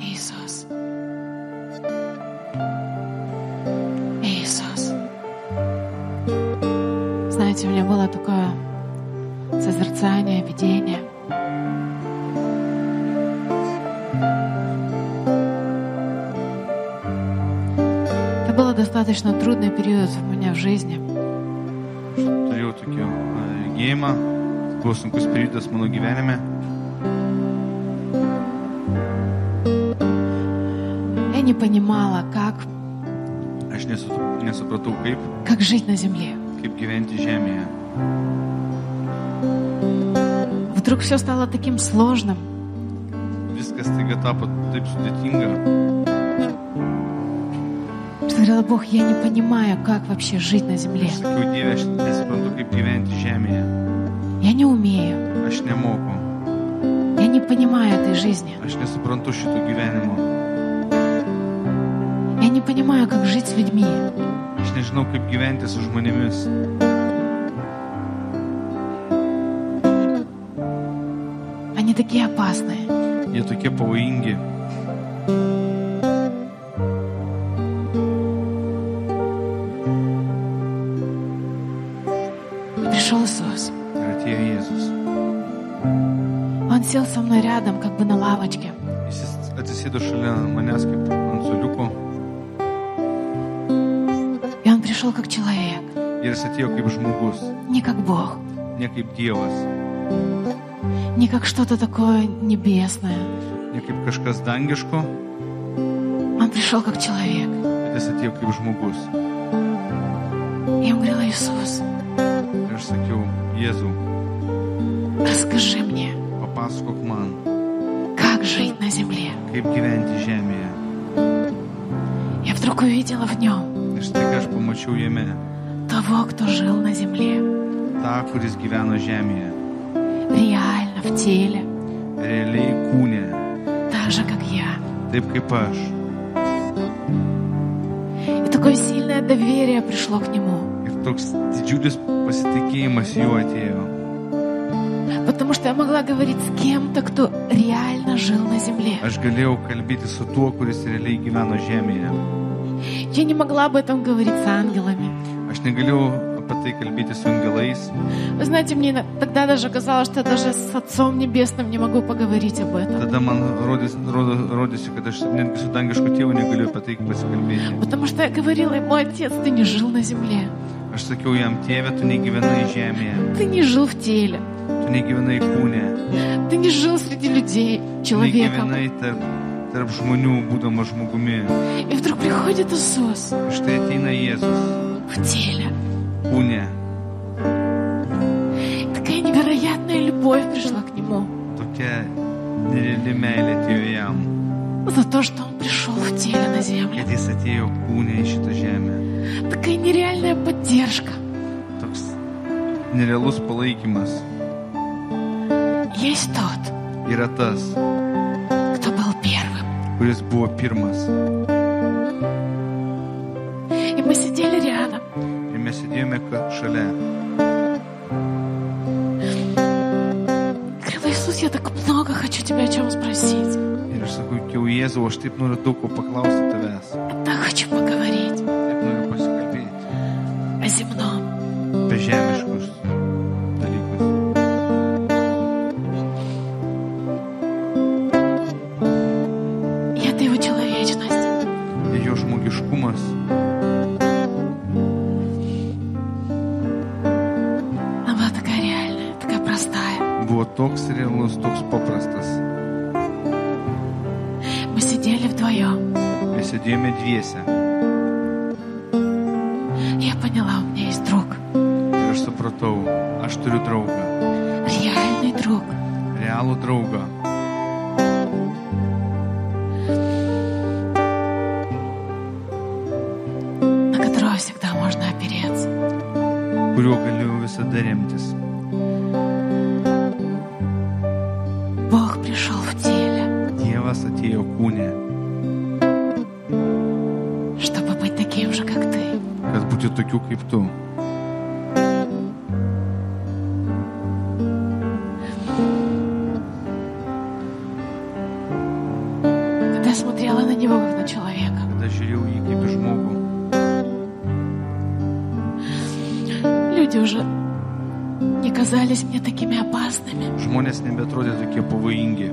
Иисус. Иисус. Знаете, у меня было такое созерцание, видение. Это было достаточно трудный период у меня в жизни. turėjau tokį e, regėjimą, buvo sunkus periodas mano gyvenime. Я не понимала, как, Aš nesu, nesupratau, kaip, как жить на земле. kaip gyventi žemėje. Вдруг все стало таким сложным. Viskas taiga tapo taip sudėtinga. Что говорила, Бог, я не понимаю, как вообще жить на земле. Aš sakiau, Dieve, aš nesuprantu, kaip gyventi žemėje. Я не умею. Aš nemoku, Я не понимаю этой жизни. aš nesuprantu šito gyvenimo. Я не понимаю, как жить с людьми. Aš nežinau, kaip gyventi su žmonėmis. Они такие опасные. Jie tokie pavojingi. И пришел Иисус. Ir atėjo Jėzus. Он сел со мной рядом, как бы на лавочке. Jis įs- atsisėdo šalia manęs kaip ant suliuko И он пришел как человек, ir jis atėjo kaip žmogus, не как Бог, ne kaip Dievas, не как что-то такое небесное. ne kaip kažkas dangiško, Он пришел как человек. bet jis atėjo kaip žmogus. И я говорила, Иисус, Ir aš sakiau, Jėzau, расскажи мне, papasakok man, как жить на земле. kaip gyventi žemėje. Я вдруг увидела в нем Ir staiga aš pamačiau jame того, кто жил на земле, tą, kuris gyveno žemėje, реально, в теле, realiai kūnė, так же, как я. taip kaip aš. И такое сильное доверие пришло к нему, Ir toks didžiulis pasitikėjimas juo atėjo. потому что я могла говорить с кем-то, кто реально жил на земле. Aš galėjau kalbėti su tuo, kuris realiai gyveno žemėje. Я не могла об этом говорить с ангелами. Aš negalėjau apie tai kalbėti su angelais. Вы знаете, мне на- тогда даже казалось, что я даже с Отцом Небесным не могу поговорить об этом. Tada man rodės, rodo, rodėsi, kad aš netgi su dangišku tėvu negaliu apie tai pasikalbėti. Потому что я говорила ему, Отец, ты не жил на земле. Aš sakiau jam, tėve, tu negyvenai žemėje, Ты не жил в теле. tu negyvenai kūne, Ты не жил среди людей, tu человеком. negyvenai tarp, tarp žmonių, būdama žmogumi. И вдруг приходит Иисус Ir štai ateina Jėzus, в теле. kūne. И такая невероятная любовь пришла к нему. Tokia nereali meilė atėjo jam, За то, что он пришел в теле на землю. kad jis atėjo kūne į šitą žemę. Такая нереальная поддержка. Toks nerealus palaikymas Есть тот, yra tas, кто был первым. kuris buvo pirmas. И мы сидели рядом. Ir mes sėdėjome ka- šalia. Я говорила, Иисус, я так много хочу тебя о чем спросить. Ir aš sakau, jau Jėzau, aš taip noriu daug ko paklausti tavęs. Я так хочу поговорить Taip noriu pasikalbėti о земном. apie žemiškus dalykus. И это его человечность. Ir jo žmogiškumas. Она была такая реальная, такая простая. buvo toks realus, toks paprastas. Мы сидели вдвоем. Mes sėdėjome dviese И я поняла, у меня есть друг. ir aš supratau, aš turiu draugą, Реальный друг. realų draugą. на которого всегда можно опереться. kuriuo galiu visada remtis. Бог пришел в теле, Dievas atėjo kūne, чтобы быть таким же, как ты. kad būti tokiu kaip tu. Я смотрела на него, как на человека. Когда жерил Икипиш Богу, Люди уже не казались мне такими опасными. жмоня с небе отродят таке повоинги.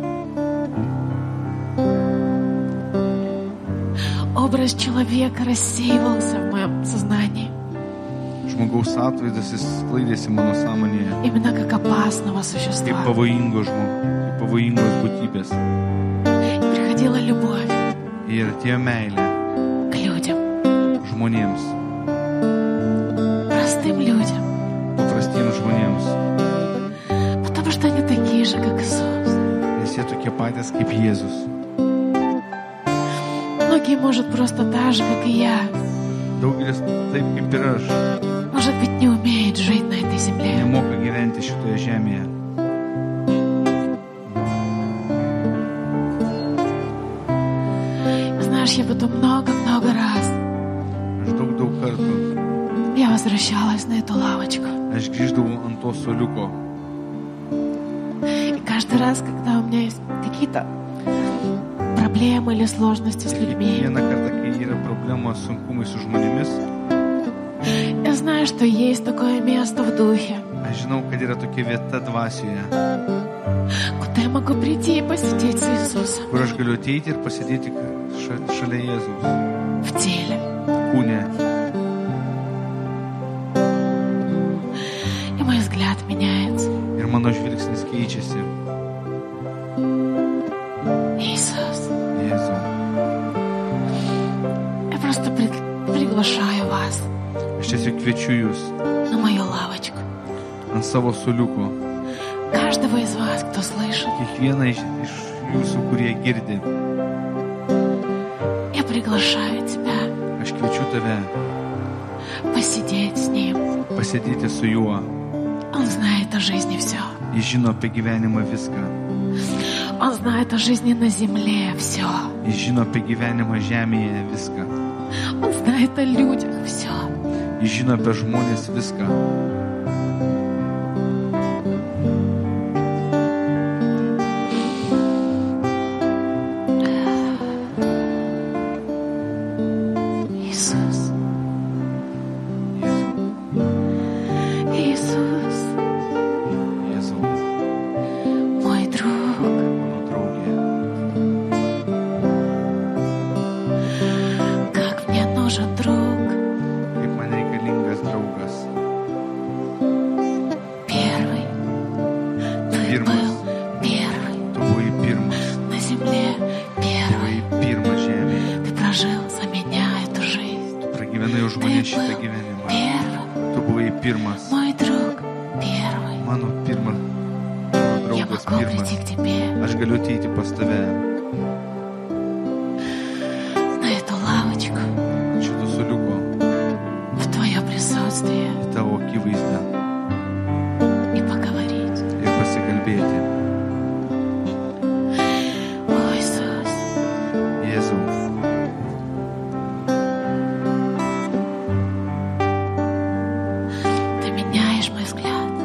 Образ человека рассеивался в моем сознании. Жмогу сатвидас і склидяся мано самоніє. Именно как опасного І существа. повоинго жму, і повоинго бутібес. Приходила любовь І ратія мейле, к людям, жмонємс, простым людям. попростім жмонємс. Потому что они такие же, как Иисус. Несе таке патяс, як Єзус. Многие, может, просто так же, как и я, Daugelis taip kaip ir aš может быть, не умеет жить на этой земле. nemoka gyventi šitoje žemėje. Знаешь, я потом много-много раз Aš daug daug kartų я возвращалась на эту лавочку. aš grįždavau ant to soliuko И каждый раз, когда у меня есть какие-то проблемы или сложности с ir людьми, kiekvieną kartą, kai yra problemos, sunkumai su žmonėmis, я знаю, что есть такое место в духе, aš žinau, kad yra tokia vieta dvasioje, куда я могу прийти и посидеть с Иисусом kur aš galiu ateiti ir pasėdėti ša- šalia Jėzaus в теле. kūne. И мой взгляд меняется. Ir mano žvilgsnis keičiasi. Иисус, Jėzau, я просто при- приглашаю вас aš tiesiog kviečiu Jūs на мою лавочку. ant savo soliuko. Каждого из вас, кто слышит, Kiekvieną iš, iš Jūsų, kurie girdi, я приглашаю тебя aš kviečiu Tave посидеть с ним. pasėdėti su Juo. Он знает о жизни все. Jis žino apie gyvenimą viską. Он знает о жизни на земле все. Jis žino apie gyvenimą žemėje viską. Он знает о людях все. Jis žino apie žmonės viską. Иисус. Jėzau, Иисус, Jėzau, мой друг, mano draugė, как мне нужен друг, kaip man reikalingas draugas. первый. Ты Первый. был первый Tu buvai pirmas, на земле, tu первый. buvai pirmas žemėje. Ты прожил за меня эту жизнь. Tu pragyvenai už mane šitą gyvenimą. Первый, Tu buvai pirmas, мой друг, первый. mano pirmas, mano Я draugas могу pirmas. прийти к тебе Aš galiu ateiti pas tave, на эту лавочку, šito suliuko, в твое присутствие į tavo akivaizdą и поговорить. ir pasikalbėti. О, Иисус, Jėzau, ты меняешь мой взгляд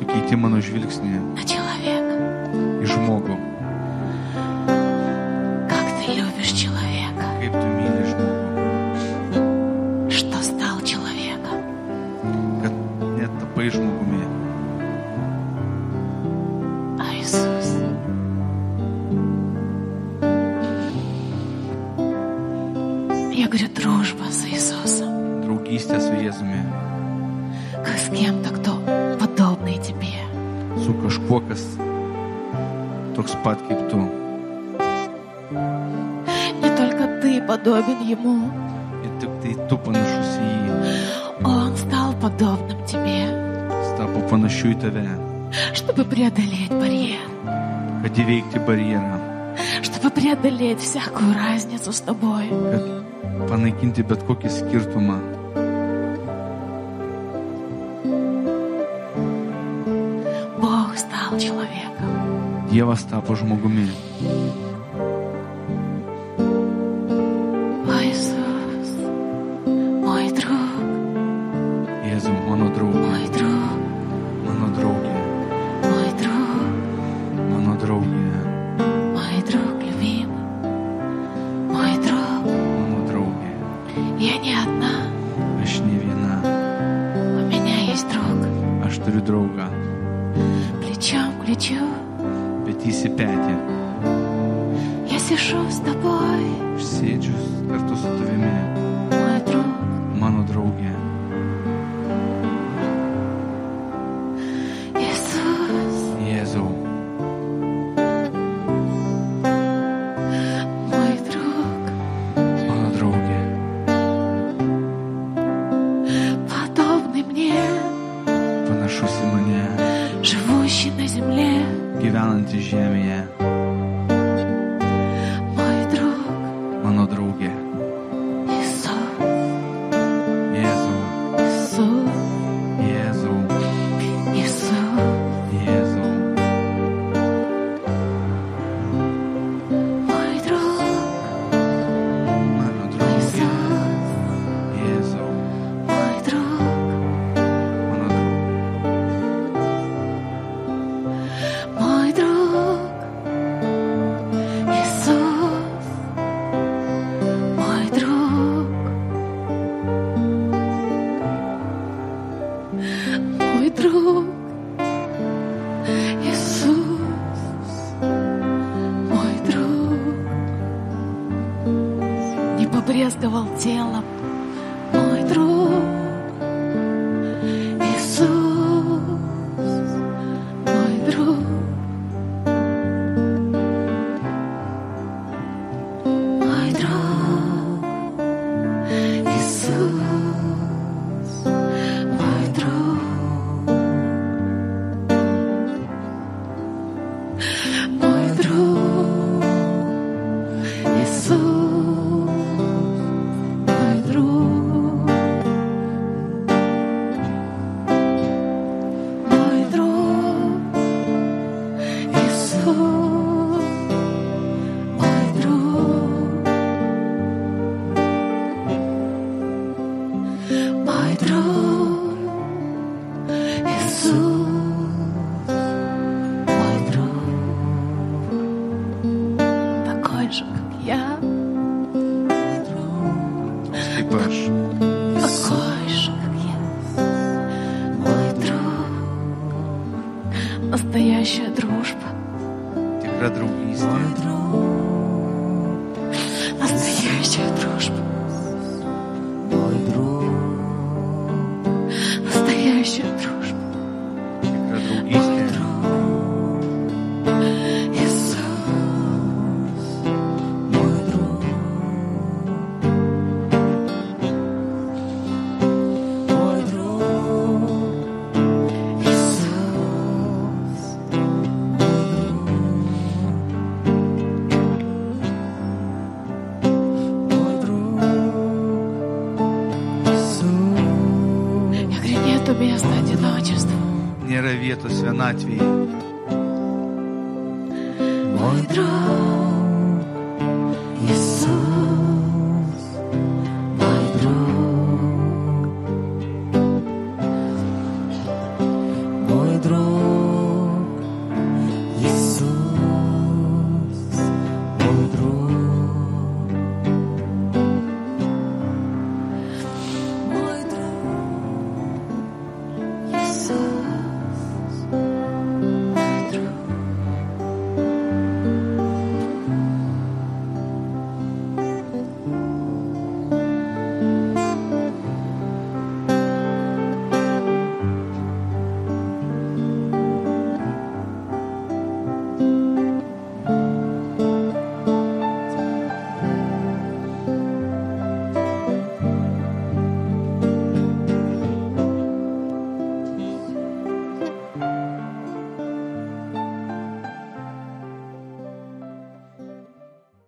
tu keiti mano žvilgsnį на человека. į žmogų, Как ты любишь человека, kaip tu myli žmogų, что стал человеком. kad net tapai žmogumi. А Иисус. Я говорю, дружба с Иисусом, draugystė su Jėzumi, как с кем-то, кто подобный тебе. su kažkuo, kas toks pat kaip tu. Не только ты подобен Ему, Ir tik tai tu panašus į jį, Он стал подобным тебе, jis tapo panašiu į tave, чтобы преодолеть барьер, kad įveikti barjerą, чтобы преодолеть всякую разницу с тобой. kad panaikinti bet kokį skirtumą. Бог стал человеком. Dievas tapo žmogumi. О, Иисус, мой друг, Jėzau, mano draugė, мой друг, mano draugė, мой друг, mano draugė, мой друг любимый. 35. Я сижу с тобой, Sėdžiu kartu su tavimi, мой друг. mano draugė. Иисус, Jėzau, мой друг. mano draugė. Подобный мне, Panašus į mane, живущий на земле, gyvenantį žemėje, мой друг. mano draugė. Иисус, Jėzau, Иисус, Jėzau, Иисус, Jėzau, мой друг. mano draugė. Иисус, Jėzau, мой друг, mano draugė. мой друг. Иисус, мой друг. Мой друг. Иисус, мой друг. Не побрезговал телом. Мой друг. Иисус, мой друг. Мой друг, Иисус, мой друг, мой друг, Иисус, мой друг, мой друг, Иисус. Мой друг, мой друг, Иисус, мой друг, такой же, как я, Kaip aš, такой же, как я, мой друг, настоящая дружба, tikra draugystė, настоящая дружба, мой друг, настоящая дружба. tikra draugystė. Иисус, мой друг, мой друг, Иисус, мой друг, Иисус. Я говорю, нету места одиночеству. Nėra vietos vienatvėje. Мой друг, Иисус,